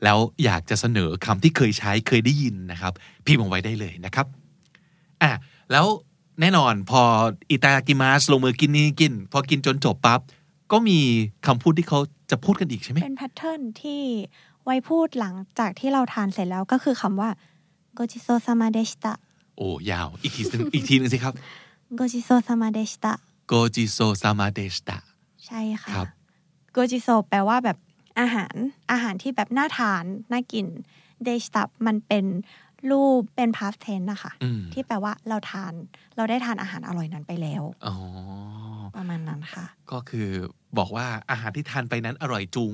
แล้วอยากจะเสนอคำที่เคยใช้เคยได้ยินนะครับ พิมพ์เอาไว้ได้เลยนะครับอ่ะแล้วแน่นอนพออิตากิมาสลงมือกินนี่กิน พอกินจนจบปั๊บก็มีคำพูดที่เขาจะพูดกันอีกใช่ไหม เป็นแพทเทิร์นที่ไว้พูดหลังจากที่เราทานเสร็จแล้วก็คือคำว่า g o c h i s o s a m a d e s h t a โอ้ยาว อีกทีสิ อีกทีหนึงสิครับ g o c h i s o s a m a d e s h t a โกจิโซซามาเดชตะ ใช่ค่ะ ครับ g o c h i s o แปลว่าแบบอาหารอาหารที่แบบน่าทาน น่ากิน d e s h t a มันเป็นรูปเป็น past tense นะคะ อืม ที่แปลว่าเราทานเราได้ทานอาหารอร่อยนั้นไปแล้ว อ๋อ ประมาณนั้นค่ะ ก็คือบอกว่าอาหารที่ทานไปนั้นอร่อยจุง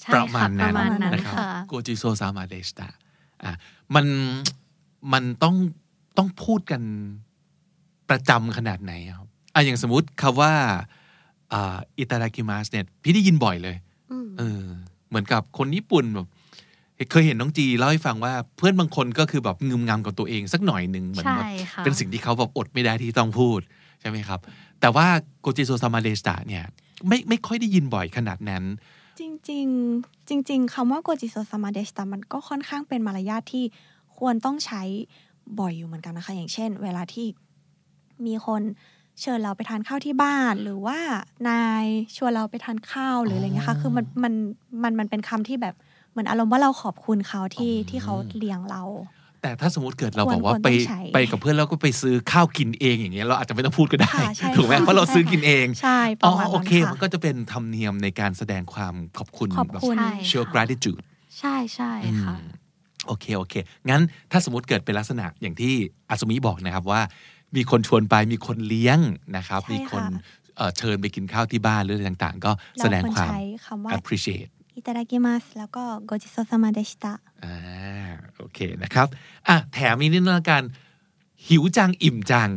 ใช่ ประมาณ ค่ นั้น ประมาณนั้น นะครับ ค่ะ โกจิโซซามาเดชตะอ่ะมันมันต้องต้องพูดกันประจำขนาดไหนครับอ่ะอย่างสมมติคำว่าอ่าอิตากิมาสเนี่ย พี่ได้ยินบ่อยเลย อืม เออเหมือนกับคนญี่ปุ่นแบบเคยเห็นน้องจีเล่าให้ฟังว่าเพื่อนบางคนก็คือแบบงึมงำกับตัวเองสักหน่อยหนึ่งเหมือนแบบ ใช่ค่ะ เป็นสิ่งที่เขาแบบอดไม่ได้ที่ต้องพูด ใช่ไหมครับ แต่ว่าโกจิโซซามาเดชตะเนี่ย ไม่ไม่ค่อยได้ยินบ่อยขนาดนั้น จริงๆ จริง ๆคำว่า g o j i s o s a m a d e s h t a มันก็ค่อนข้างเป็นมารยาทที่ควรต้องใช้บ่อยอยู่เหมือนกันนะคะ อย่างเช่น เวลาที่มีคนเชิญเราไปทานข้าวที่บ้าน หรือว่านายชวนเราไปทานข้าวหรืออะไรเงี้ยค่ะ อ๋อ คือมันมันมันมันเป็นคำที่แบบเหมือนอารมณ์ว่าเราขอบคุณเขาที่ อืม ที่เขาเลี้ยงเรา แต่ถ้าสมมติเกิดเราบอกว่า ควร ไป ต้องใช้ ไปกับเพื่อนแล้วก็ไปซื้อข้าวกินเองอย่างเงี้ยเราอาจจะไม่ต้องพูดก็ได้ ค่ะใช่ ถูกไหม ค่ะ เพราะเราซื้อ ใช่ค่ะ กินเอง ใช่ป อ๋ ระ อ มาณ โอ นั้น เค มัน ค่ะ ก็จะเป็นธรรมเนียมในการแสดงความขอบคุณ ขอบ แบบ คุณ ใช่ show ค่ะ gratitude ใช่ใช่ค่ะ อืมโอเค โอเค งั้นถ้าสมมติเกิดเป็นลักษณะอย่างที่อาสมิบอกนะครับว่า มีคนชวนไปมีคนเลี้ยงนะครับ ใช่ มีคน ค่ะ เอ่อเชิญไปกินข้าวที่บ้านหรืออะไรต่างๆ ก็ เรา แสดง ควร ความ ใช้คำว่า appreciate อิตาดากิมัสแล้วก็ g o j i s o s a m a d e s h t a อ่าโอเคนะครับอ่ะแถมอีกนิดนึงละกัน หิวจังอิ่มจั [laughs] ง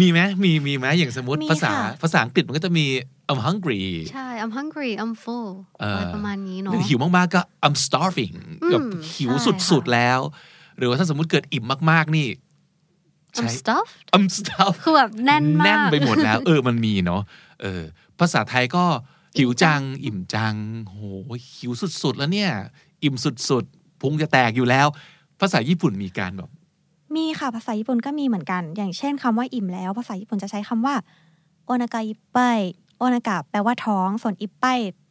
มีไหมมีมีไหมอย่างสมมติ มี ภาษา ค่ะ ภาษาอังกฤษมันก็จะมี I'm hungry ใช่ I'm hungry I'm full เอ่ออ อะไรประมาณนี้เนาะ หรือหิวมากๆก็ I'm starving อืม แบบหิว ใช่ สุด ค่ะ ๆแล้ว หรือว่าถ้าสมมติเกิดอิ่มมากๆนี่ I'm ใช้ stuffed อัมสตาฟ คือแบบแน่นมาก แน่นไปหมด [laughs] แล้ว เออมันมีเนาะเออ ภาษาไทยก็หิวจัง อิ่มจังโหหิวสุด ๆ แล้วเนี่ย อิ่มสุด ๆพุงจะแตกอยู่แล้ว ภาษาญี่ปุ่นมีการแบบ มีค่ะ ภาษาญี่ปุ่นก็มีเหมือนกัน อย่างเช่นคำว่าอิ่มแล้ว ภาษาญี่ปุ่นจะใช้คำว่าโอนากาอิปไปโอนากาแปลว่าท้อง ส่วนอิปไป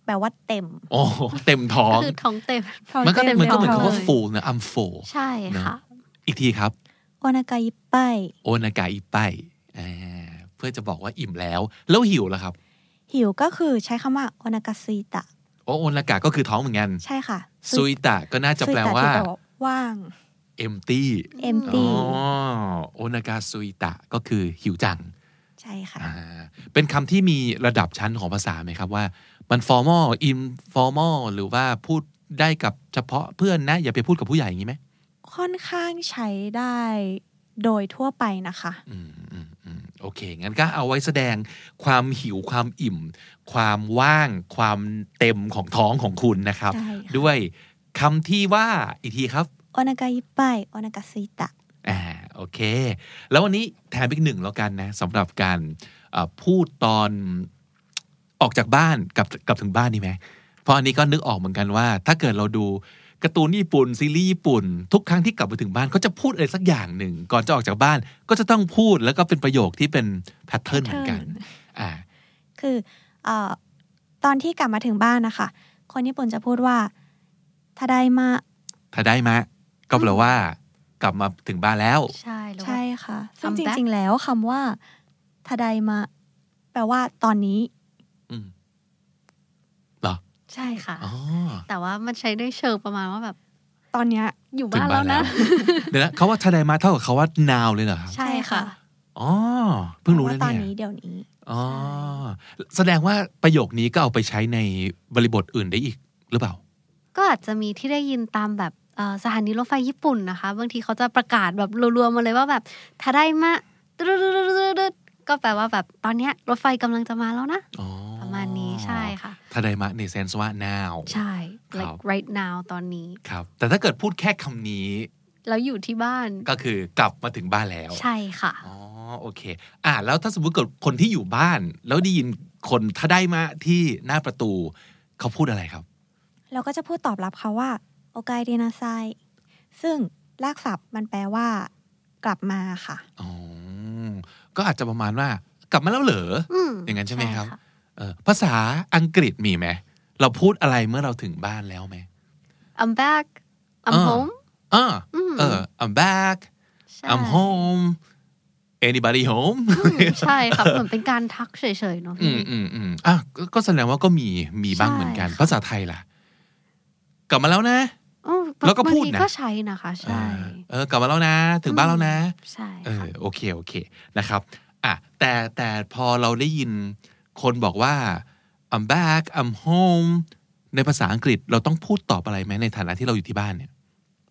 แปลว่าเต็ม โอ้เต็มท้อ ก็ ง คือท้องเต็ม มันก็ เต็ม มันก็เหมือน ท้อง คำว่า เลย full นะ I'm full ใช่ค่ะ อีกทีครับ โอนากาอิปไป โอนากาอิไปอ่าเพื่อจะบอกว่าอิ่มแล้ว แล้วหิวแล้วครับ หิวก็คือใช้คำว่าโอนากาซุยตะ โอโอนากาก็คือท้องเหมือนกัน ใช่ค่ะ ซุยตะก็น่าจะแปลว่า ซุยตะที่แปลว่าง empty เอ็ม อ๋อ ดี โอนากาซุยตะก็คือหิวจัง ใช่ค่ะ อ่าเป็นคำที่มีระดับชั้นของภาษาไหมครับว่า มัน formal informal หรือว่าพูดได้กับเฉพาะเพื่อนนะ อย่าไปพูดกับผู้ใหญ่อย่างนี้ไหม ค่อนข้างใช้ได้โดยทั่วไปนะคะ อืมอืมอืมโอเค งั้นก็เอาไว้แสดงความหิวความอิ่ม ความว่าง ความเต็มของท้องของคุณนะครับ ใช่ค่ะ ด้วยคำที่ว่าอีกทีครับ โอนากาอิปไปโอนากาซุยตะ อ่าโอเค แล้ววันนี้แถมอีกหนึ่งแล้วกันนะสำหรับการเอ่อพูดตอนออกจากบ้านกลับกลับถึงบ้านนี่ไหมเพราะอันนี้ก็นึกออกเหมือนกันว่า ถ้าเกิดเราดูการ์ตูนญี่ปุ่น ซีรีส์ญี่ปุ่น ทุกครั้งที่กลับมาถึงบ้านก็จะพูดอะไรสักอย่างหนึ่ง ก่อนจะออกจากบ้านก็จะต้องพูดแล้วก็เป็นประโยคที่เป็นแพทเทิร์นเหมือนกันอ่า คือเออตอนที่กลับมาถึงบ้านนะคะ คนญี่ปุ่นจะพูดว่าทาไดมา ถ้าได้มะก็แปลว่า กลับมาถึงบ้านแล้ว ใช่แล้วก็ ใช่ค่ะ ซึ่ง I'm จ back ริง ๆ แล้วคำว่าทาไดมาแปลว่าตอนนี้ อืมเหรอ ใช่ค่ะ อ๋อ แต่ว่ามันใช้ด้วยเชิงประมาณว่าแบบ ตอนเนี้ย อยู่ ถึ บ้างนแล้วนะ [laughs] เดี๋ยวนะเขาว่าทนายมาเท่ากับเขาว่า now เลยเหรอครับ ใช่ค่ะ อ๋อ เพิ่งรู้นะ ว่าตอน เนี่ย นี้เดี๋ยวนี้ อ๋อ แสดงว่าประโยคนี้ก็เอาไปใช้ในบริบทอื่นได้อีกหรือเปล่า ก็อาจจะมีที่ได้ยินตามแบบ เอ่อสถานีรถไฟญี่ปุ่นนะคะ บางทีเขาจะประกาศแบบรัวๆมาเลยว่าแบบถ้าได้มาตึ๊ดๆๆๆๆก็แปลว่าแบบตอนเนี้ยรถไฟกำลังจะมาแล้วนะ อ๋อ ประมาณนี้ใช่ค่ะ ถ้าไดมะในเซนส์ว่า now ใช่ ครั like บ right now ตอนนี้ ครับ แต่ถ้าเกิดพูดแค่คำนี้ แล้วอยู่ที่บ้าน ก็คือกลับมาถึงบ้านแล้ว ใช่ค่ะ อ๋อโอเค อ่ะแล้วถ้าสมมติเกิดคนที่อยู่บ้าน แล้วได้ยินคนถ้าได้มาที่หน้าประตู เขาพูดอะไรครับ เราก็จะพูดตอบรับเขาว่าโอกายเดนาไซซึ่งรากศัพท์มันแปลว่า กลับมาค่ะ อ๋อ ก็อาจจะประมาณว่า กลับมาแล้วเหรออ อืม อย่างนั้นใช่ไหมครับ ะ เออภาษาอังกฤษมีไหมเราพูดอะไรเมื่อเราถึงบ้านแล้วไหม I'm back I'm อ่า home อ่า อืม เออ I'm back ใช่ I'm home anybody home [laughs] อืมใช่ค่ะ เหมือนเป็นการทักเฉยๆเนาะ อื พี่ [laughs] มอืมอืมอ่ะก็ก็แสดงว่าก็มีมีบ้าง ใช่ เหมือนกัน ค่ะ ภาษาไทยล่ะ กลับมาแล้วนะ อืม แล้วก็พูดนะ บางทีก็ใช้นะคะ ใช่ อ่าเออกลับมาแล้วนะ ถึงบ้านแล้วนะ ใช่ เออ ค่ะ โอเคโอเคนะครับอ่ะแต่แต่พอเราได้ยินคนบอกว่า I'm back I'm home ในภาษาอังกฤษเราต้องพูดตอบอะไรไหมในฐานะที่เราอยู่ที่บ้านเนี่ย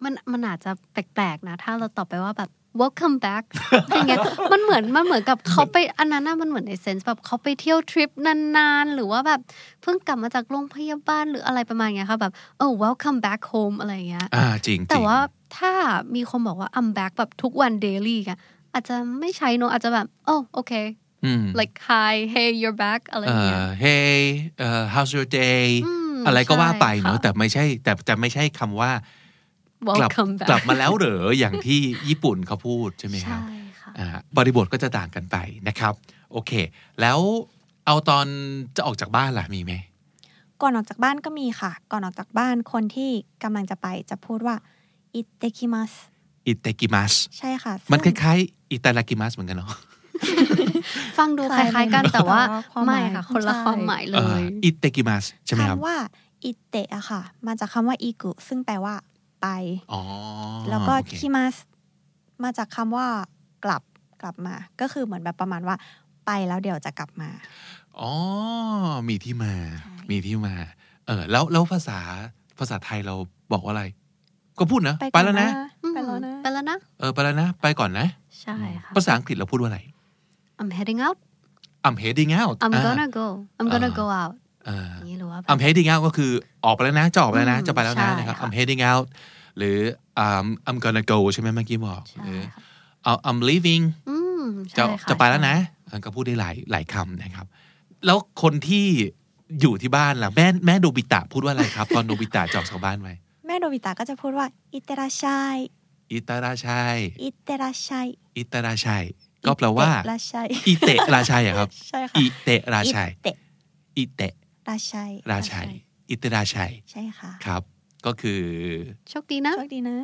มันมันอาจจะแปลกๆนะ ถ้าเราตอบไปว่าแบบ welcome back อย่างเงี้ [laughs] ยมันเหมือนมันเหมือนกับเขาไปอันนั้นน่ะมันเหมือนในเซนส์แบบเขาไปเที่ยวทริปนานๆ หรือว่าแบบเพิ่งกลับมาจากโรงพยาบาลหรืออะไรประมาณเงี้ยค่ะ แบบเออ welcome back home อะไรอย่างเงี้ย อ่าจริงจ แต่ ริง ว่าถ้ามีคนบอกว่า I'm back แบบทุกวัน daily อะอาจจะไม่ใช้เนอะอาจจะแบบ oh okay อืม like hi hey you're back อะไรอ เอ่ ย่างเงี้ย อ hey เอ่อ how's your day อืม อะไรก็ว่าไปเนอะ ใช่ค่ะ แต่ไม่ใช่แต่แต่ไม่ใช่คำว่า กลับ welcome back กลับมาแล้วเหรอ อย่างที่ญี่ปุ่นเขาพูดใช่ไหมครับ ใช่ค่ะ อ่าบริบทก็จะต่างกันไปนะครับ โอเค แล้วเอาตอนจะออกจากบ้านล่ะมีไหม ก่อนออกจากบ้านก็มีค่ะ ก่อนออกจากบ้านคนที่กำลังจะไปจะพูดว่าอิเตคิมัส อิตากิมัส ใช่ค่ะซึ่ง มันคล้ายๆ อิตาลากิมัสเหมือนกันเนาะ ฟังดูค คล้าย ล้ายๆกันแต่ว่า แต่ว่าความห ไม่ มาย ค่ะ คนละ ใช่ ความหมายเล เอ่อย อิตากิมัสใช่ไหมครับ คำว่าอิเตะอะค่ะ มาจากคำว่าอิกุซึ่งแปลว่าไป อ๋อ แล้วก็ โอเค คิมัสมาจากคำว่ากลับกลับมา ก็คือเหมือนแบบประมาณว่า ไปแล้วเดี๋ยวจะกลับมา อ๋อ มีที่มา ใช่ มีที่มา เออแล้วแล้วภาษาภาษาไทยเราบอกว่าอะไร ก็พูดนะ ไป ก่อ แล้วนะ อืม ไปแล้วนะ ไปแล้วนะ เออไปแล้วนะ ไปก่อนนะ ใช่ค่ะ ภาษาอังกฤษเราพูดว่าอะไร I'm heading out I'm heading out I'm อ่า gonna go I'm gonna อ่า go out อ่า อย่างนี้หรือว่าแบบ I'm heading out ก็คือออกไปแล้วนะจะออกไปแล้วนะ อืม จะไปแล้วนะ ใช่ นะครับ ค่ะ I'm heading out หรือ um, I'm gonna go ใช่ไหมเมื่อกี้บอก ใช่ หรือ ค่ะ I'm- I'm leaving อืม จะ ใช่ค่ จะไปแล้วนะมันก็พูดได้หลายหลายคำนะครับ แล้วคนที่อยู่ที่บ้านล่ะแม่แม่โนบิตะพูดว่าอะไรครับ ตอนโนบิตะจะออกจากบ้านไหม แม่โดบิตะก็จะพูดว่าอิเตราชัย อิตาราชัย อิเตราชัย อิตาราชัยก็แปลว่า อิเตราชัย อิเตะราชัยอะครับ ใช่ค่ะ อิเตะราชัย อิเตะ อิเตะ ราชัย ราชัยอิเตะราชัย ใช่ค่ะ ครับ ก็คือ โชคดีนะ โชคดีนะ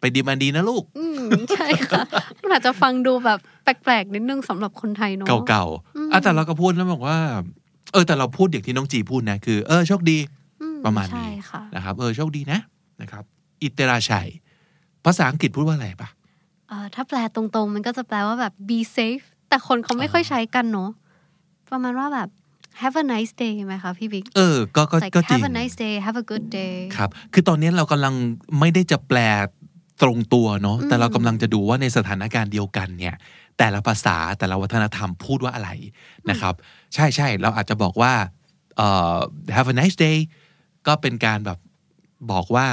ไปดีมันดีนะลูก อืมใช่ค่ะ มันอาจจะฟังดูแบบแปลกๆนิดนึงสำหรับคนไทยเนอะ เก่า อืม ๆอ่ะแต่เราก็พูดแล้วบอกว่า เออแต่เราพูดอย่างที่น้องจีพูดนะ คือ เออโชคดี อื ประมาณ ใช่ นี้ ค่ะ นะครับ เออโชคดีนะนะครับ อิตราชัย ภาษาอังกฤษพูดว่าอะไรปะ เอ่อถ้าแปลตรงๆ มันก็จะแปลว่าแบบ be safe แต่คนเขาไม่ อ๋อ ค่อยใช้กันเนอะประมาณว่าแบบ have a nice day ไหมคะพี่บิ๊ก เออ ก็ก็ like ก็จริง have a nice day have a good day ครับ คือตอนนี้เรากำลังไม่ได้จะแปลตรงตัวเนาะ อืม แต่เรากำลังจะดูว่าในสถานการณ์เดียวกันเนี่ย แต่ละภาษาแต่ละวัฒนธรรมพูดว่าอะไรนะครับ ใช่ใช่เราอาจจะบอกว่าเอ่อ have a nice day ก็เป็นการแบบบอกว่า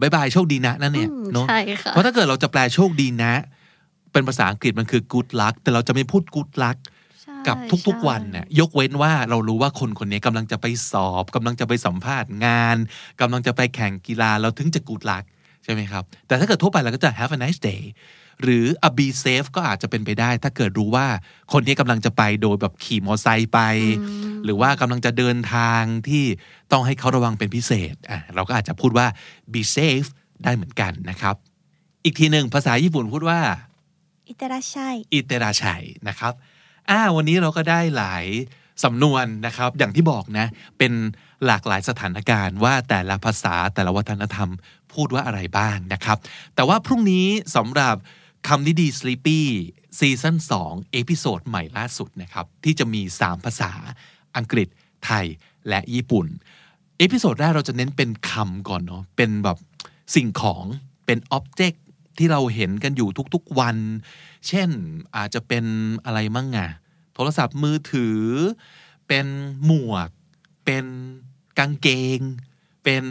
บายบายโชคดีนะนั่นเนี่ย อืม เนาะ ใช่ค่ะ เพราะถ้าเกิดเราจะแปลโชคดีนะ เป็นภาษาอังกฤษมันคือ good luck แต่เราจะไม่พูด good luck ใช่ กับทุกๆวันน่ะยกเว้นว่าเรารู้ว่าคนคนนี้กำลังจะไปสอบกำลังจะไปสัมภาษณ์งานกำลังจะไปแข่งกีฬาเราถึงจะ good luck ใช่ไหมครับ แต่ถ้าเกิดทั่วไปเราก็จะ have a nice day หรือ a be safe ก็อาจจะเป็นไปได้ ถ้าเกิดรู้ว่าคนนี้กำลังจะไปโดยแบบขี่มอเตอร์ไซค์ไป หรือว่ากำลังจะเดินทางที่ต้องให้เขาระวังเป็นพิเศษอ่ะเราก็อาจจะพูดว่า be safe ได้เหมือนกันนะครับ อีกทีหนึ่งภาษาญี่ปุ่นพูดว่า อิเตราชัย อิเตราชัยนะครับ อ่า วันนี้เราก็ได้หลายสำนวนนะครับ อย่างที่บอกนะ เป็นหลากหลายสถานการณ์ว่าแต่ละภาษาแต่ละวัฒนธรรมพูดว่าอะไรบ้างนะครับ แต่ว่าพรุ่งนี้สำหรับคำนิดี Sleepy ซีซั่น2เอพิโซดใหม่ล่าสุดนะครับ ที่จะมี 3 ภาษาอังกฤษไทยและญี่ปุ่น เอ อพิโซดแรกเราจะเน้นเป็นคำก่อนเนาะเป็นแบบสิ่งของเป็นอ็อบเจกต์ที่เราเห็นกันอยู่ทุกๆวัน เช่นอาจจะเป็นอะไรมั่งอะโทรศัพท์มือถือ เป็นหมวก เป็นกางเกง เป็น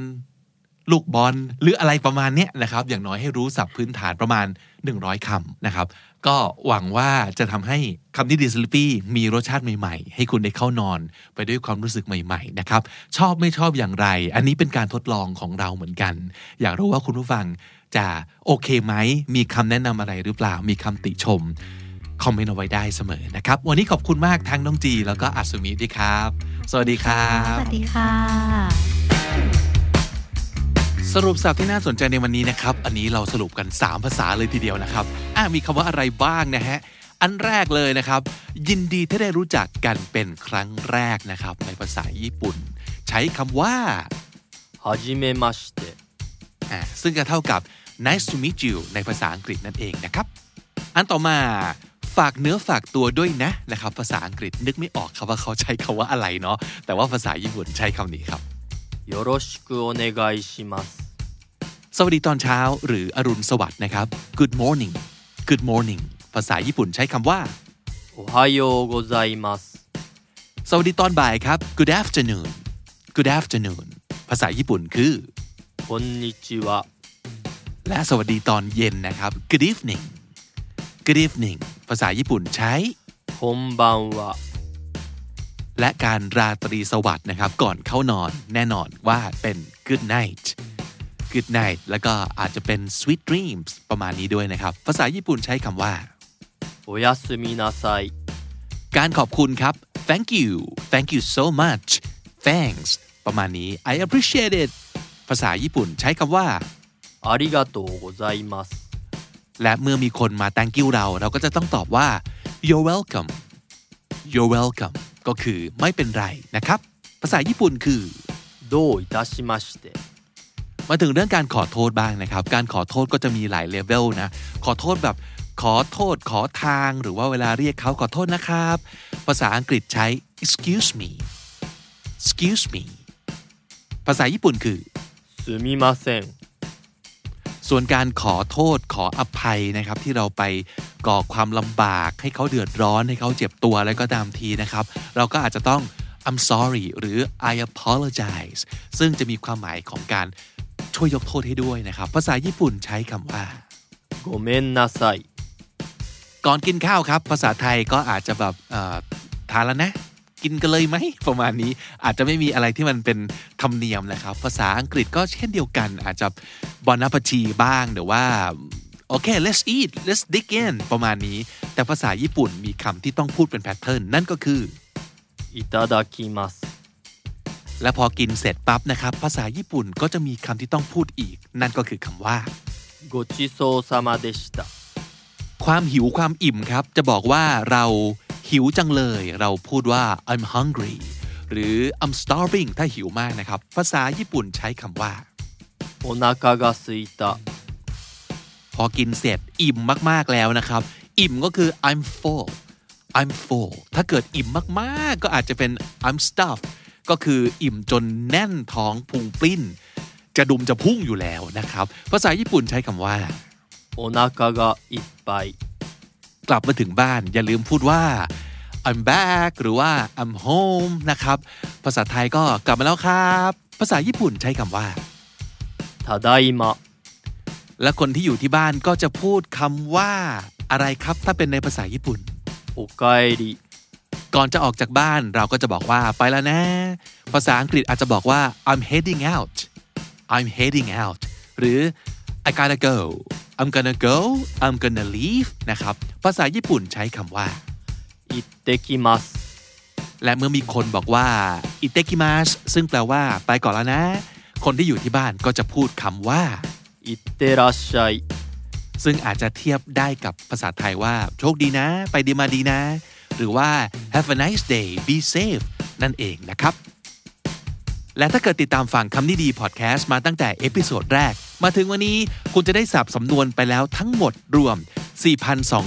ลูกบอลหรืออะไรประมาณเนี้ยนะครับ อย่างน้อยให้รู้ศัพท์พื้นฐานประมาณ 100คำนะครับ ก็หวังว่าจะทำให้คำนี้ดีสลิปี้มีรสชาติใหม่ๆ ให้คุณได้เข้านอนไปด้วยความรู้สึกใหม่ๆนะครับ ชอบไม่ชอบอย่างไร อันนี้เป็นการทดลองของเราเหมือนกัน อยากรู้ว่าคุณผู้ฟังจะโอเคไหม มีคำแนะนำอะไรหรือเปล่า มีคำติชม คอมเมนต์เอาไว้ได้เสมอนะครับ วันนี้ขอบคุณมากทั้งน้องจี แล้วก็อัศมิด้วยครับ สวัสดีครั ส บ วัสดีค่ะ สรุปศัพท์ที่น่าสนใจในวันนี้นะครับ อันนี้เราสรุปกัน 3 ภาษาเลยทีเดียวนะครับ อ่ะมีคำว่าอะไรบ้างนะฮะ อันแรกเลยนะครับ ยินดีที่ได้รู้จักกันเป็นครั้งแรกนะครับ ในภาษาญี่ปุ่น ใช้คำว่า はじめまして อ่าซึ่งก็เท่ากับ nice to meet you ในภาษาอังกฤษนั่นเองนะครับ อันต่อมาฝากเนื้อฝากตัวด้วยนะนะครับ ภาษาอังกฤษนึกไม่ออกครับว่าเขาใช้คำว่าอะไรเนาะ แต่ว่าภาษาญี่ปุ่นใช้คำนี้ครับ よろしくお願いします สวัสดีตอนเช้าหรืออรุณสวัสดิ์นะครับ Good morning Good morning ภาษาญี่ปุ่นใช้คำว่า おはようございます สวัสดีตอนบ่ายครับ Good afternoon Good afternoon ภาษาญี่ปุ่นคือ こんにちは และสวัสดีตอนเย็นนะครับ Good evening Good evening ภาษาญี่ปุ่นใช้ こんばんは และการราตรีสวัสดิ์นะครับ ก่อนเข้านอนแน่นอนว่าเป็น Good night Good night แล้วก็อาจจะเป็น Sweet dreams ประมาณนี้ด้วยนะครับ ภาษาญี่ปุ่นใช้คำว่า おやすみなさい การขอบคุณครับ thank you thank you so much thanks ประมาณนี้ I appreciate it ภาษาญี่ปุ่นใช้คำว่า ありがとうございます และเมื่อมีคนมา thank you เราเราก็จะต้องตอบว่า you're welcome you're welcome ก็คือไม่เป็นไรนะครับ ภาษาญี่ปุ่นคือ どういたしまして มาถึงเรื่องการขอโทษบ้างนะครับ การขอโทษก็จะมีหลายเลเวลนะ ขอโทษแบบขอโทษขอทางหรือว่าเวลาเรียกเขาขอโทษนะครับ ภาษาอังกฤษใช้ excuse me excuse me ภาษาญี่ปุ่นคือ すみません ส่วนการขอโทษขออภัยนะครับ ที่เราไปก่อความลำบาก ให้เขาเดือดร้อนให้เขาเจ็บตัวอะไรก็ตามทีนะครับ เราก็อาจจะต้อง I'm sorry หรือ I apologize ซึ่งจะมีความหมายของการช่วยยกโทษให้ด้วยนะครับ ภาษาญี่ปุ่นใช้คำว่า ごめんなさい ก่อนกินข้าวครับ ภาษาไทยก็อาจจะแบบเอ่อทานแล้วนะ กินกันเลยไหม ประมาณนี้อาจจะไม่มีอะไรที่มันเป็นธรรมเนียมนะครับ ภาษาอังกฤษก็เช่นเดียวกัน อาจจะบอนัปชีบ้างหรือว่าโอเค let's eat let's dig in ประมาณนี้ แต่ภาษาญี่ปุ่นมีคำที่ต้องพูดเป็นแพทเทิร์นนั่นก็คือ いただきます และพอกินเสร็จปั๊บนะครับ ภาษาญี่ปุ่นก็จะมีคำที่ต้องพูดอีก นั่นก็คือคำว่า ごちそうさまでした ความหิวความอิ่มครับ จะบอกว่าเราหิวจังเลย เราพูดว่า I'm hungry หรือ I'm starving ถ้าหิวมากนะครับ ภาษาญี่ปุ่นใช้คำว่า お腹が空いた พอกินเสร็จอิ่มมากๆแล้วนะครับ อิ่มก็คือ I'm full I'm full ถ้าเกิดอิ่มมากๆ ก็อาจจะเป็น I'm stuffed ก็คืออิ่มจนแน่นท้องพุงปลิ้น จะดุมจะพุ่งอยู่แล้วนะครับ ภาษาญี่ปุ่นใช้คำว่า お腹がいっぱい กลับมาถึงบ้านอย่าลืมพูดว่า I'm back หรือว่า I'm home นะครับ ภาษาไทยก็กลับมาแล้วครับ ภาษาญี่ปุ่นใช้คำว่า ただいま และคนที่อยู่ที่บ้านก็จะพูดคำว่า อะไรครับถ้าเป็นในภาษาญี่ปุ่น おかえり ก่อนจะออกจากบ้านเราก็จะบอกว่าไปแล้วนะ ภาษาอังกฤษอาจจะบอกว่า I'm heading out I'm heading out หรือ I gotta go I'm gonna go I'm gonna leave นะครับ ภาษาญี่ปุ่นใช้คำว่า 行ってきます และเมื่อมีคนบอกว่าอิเตกิมาสซึ่งแปลว่า ไปก่อนแล้วนะ คนที่อยู่ที่บ้านก็จะพูดคำว่า 行ってらっしゃい ซึ่งอาจจะเทียบได้กับภาษาไทยว่า โชคดีนะ ไปดีมาดีนะ หรือว่า have a nice day be safe นั่นเองนะครับ และถ้าเกิดติดตามฟังคำนี้ดีพอดแคสต์มาตั้งแต่เอพิโซดแรก มาถึงวันนี้คุณจะได้สับสำนวนไปแล้วทั้งหมดรวม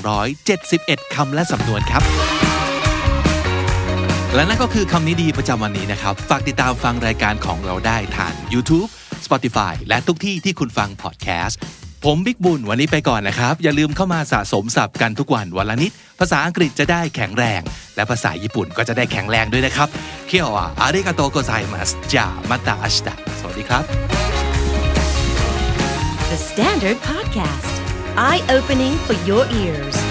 4,271คำและสำนวนครับ และนั่นก็คือคำนี้ดีประจำวันนี้นะครับ ฝากติดตามฟังรายการของเราได้ทาง YouTube Spotify และทุกที่ที่คุณฟังพอดแคสต์ ผมบิ๊กบุญวันนี้ไปก่อนนะครับ อย่าลืมเข้ามาสะสมศัพท์กันทุกวันวันละนิด ภาษาอังกฤษจะได้แข็งแรง และภาษาญี่ปุ่นก็จะได้แข็งแรงด้วยนะครับเคียวะอาริกาโตโกไซมัสจามาตาอัชตะสวัสดีครับ The Standard Podcast, eye opening for your ears.